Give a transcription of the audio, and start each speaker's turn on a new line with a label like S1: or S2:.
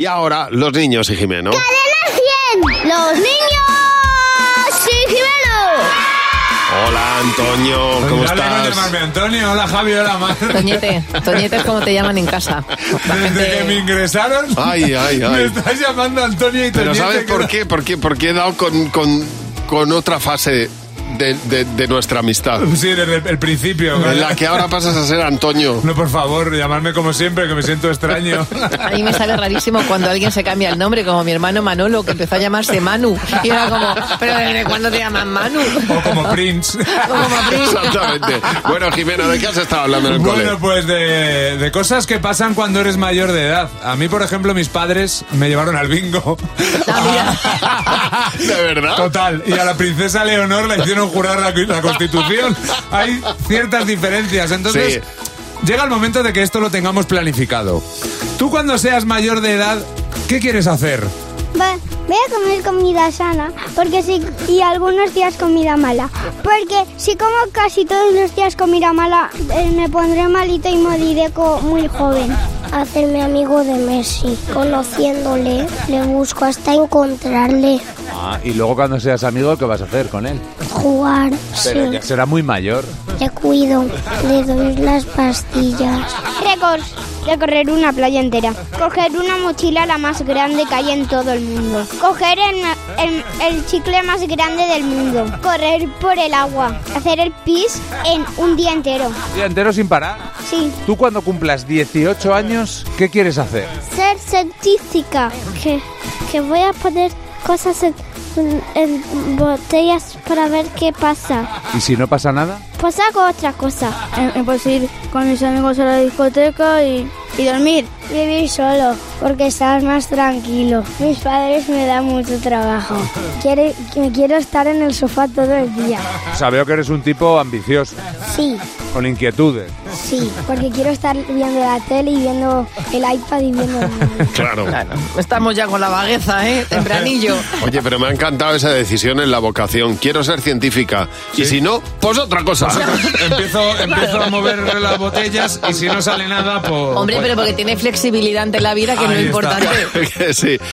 S1: Y ahora, los niños y Jimeno.
S2: ¡Los niños! ¡Sí,
S1: Hola, Antonio, ¿cómo
S3: Dale con
S1: estás?
S3: llamarme Antonio, hola Javi, hola Mar.
S4: Toñete, Toñete es como te llaman en casa.
S3: Desde que me ingresaron,
S1: Ay, ay,
S3: me
S1: ay.
S3: estás llamando Antonio y
S1: Pero
S3: Toñete,
S1: ¿sabes
S3: que
S1: por
S3: no-
S1: qué? ¿Por qué? Porque he dado con, con, con otra fase de, de- de nuestra amistad.
S3: Sí, desde el principio.
S1: En la que ahora pasas a ser Antonio.
S3: No, por favor, llamarme como siempre, que me siento extraño.
S4: A mí me sale rarísimo cuando alguien se cambia el nombre, como mi hermano Manolo, que empezó a llamarse Manu. Y era como, ¿pero desde cuándo te llaman Manu?
S3: o como Prince.
S1: Exactamente. Bueno, Jimeno, ¿de qué has estado hablando en el
S3: Bueno,
S1: cole?
S3: pues de, de cosas que pasan cuando eres mayor de edad. A mí, por ejemplo, mis padres me llevaron al bingo.
S4: Ah,
S1: ¿De verdad?
S3: Total, y a la princesa Leonor la hicieron jurar la, la constitución. Hay ciertas diferencias, entonces llega el momento de que esto lo tengamos planificado. Tú cuando seas mayor de edad, ¿qué quieres hacer?
S2: Va, voy a comer comida sana porque si, y algunos días comida mala. Porque si como casi todos los días comida mala, eh, me pondré malito y moriré co- muy joven. Hacerme amigo de Messi. Conociéndole, le busco hasta encontrarle.
S5: Ah, y luego cuando seas amigo, ¿qué vas a hacer con él?
S2: Jugar,
S5: Pero ya será muy mayor.
S2: Le cuido, le doy las pastillas. Récords, recorrer una playa entera. Coger una mochila la más grande que hay en todo el mundo. Coger en- en- el chicle más grande del mundo. Correr por el agua. Hacer el pis en un día entero.
S5: Día entero sin parar.
S2: Sí.
S5: Tú cuando cumplas 18 años, ¿qué quieres hacer?
S2: Ser científica. Que, que voy a poner cosas en, en botellas para ver qué pasa.
S5: ¿Y si no pasa nada?
S2: Pues hago otra cosa. Pues ir con mis amigos a la discoteca y, dormir. Vivir solo, porque estás más tranquilo. Mis padres me dan mucho trabajo. Quiere, me quiero estar en el sofá todo el día.
S5: O sea, veo que eres un tipo ambicioso,
S2: Sí,
S5: con inquietudes.
S2: sí, porque quiero estar viendo la tele y viendo el iPad y viendo... el móvil.
S1: Claro.
S4: Claro, estamos ya con la vagueza, ¿eh? Tempranillo.
S1: Oye, pero me ha encantado esa decisión en la vocación. Quiero ser científica. Y si no, pues otra cosa.
S3: Empiezo, empiezo a mover las botellas y si no sale nada, pues...
S4: Hombre, pero porque tiene flexibilidad ante la vida que no
S3: Ahí
S4: es
S3: está.
S4: importante.
S1: Que sí.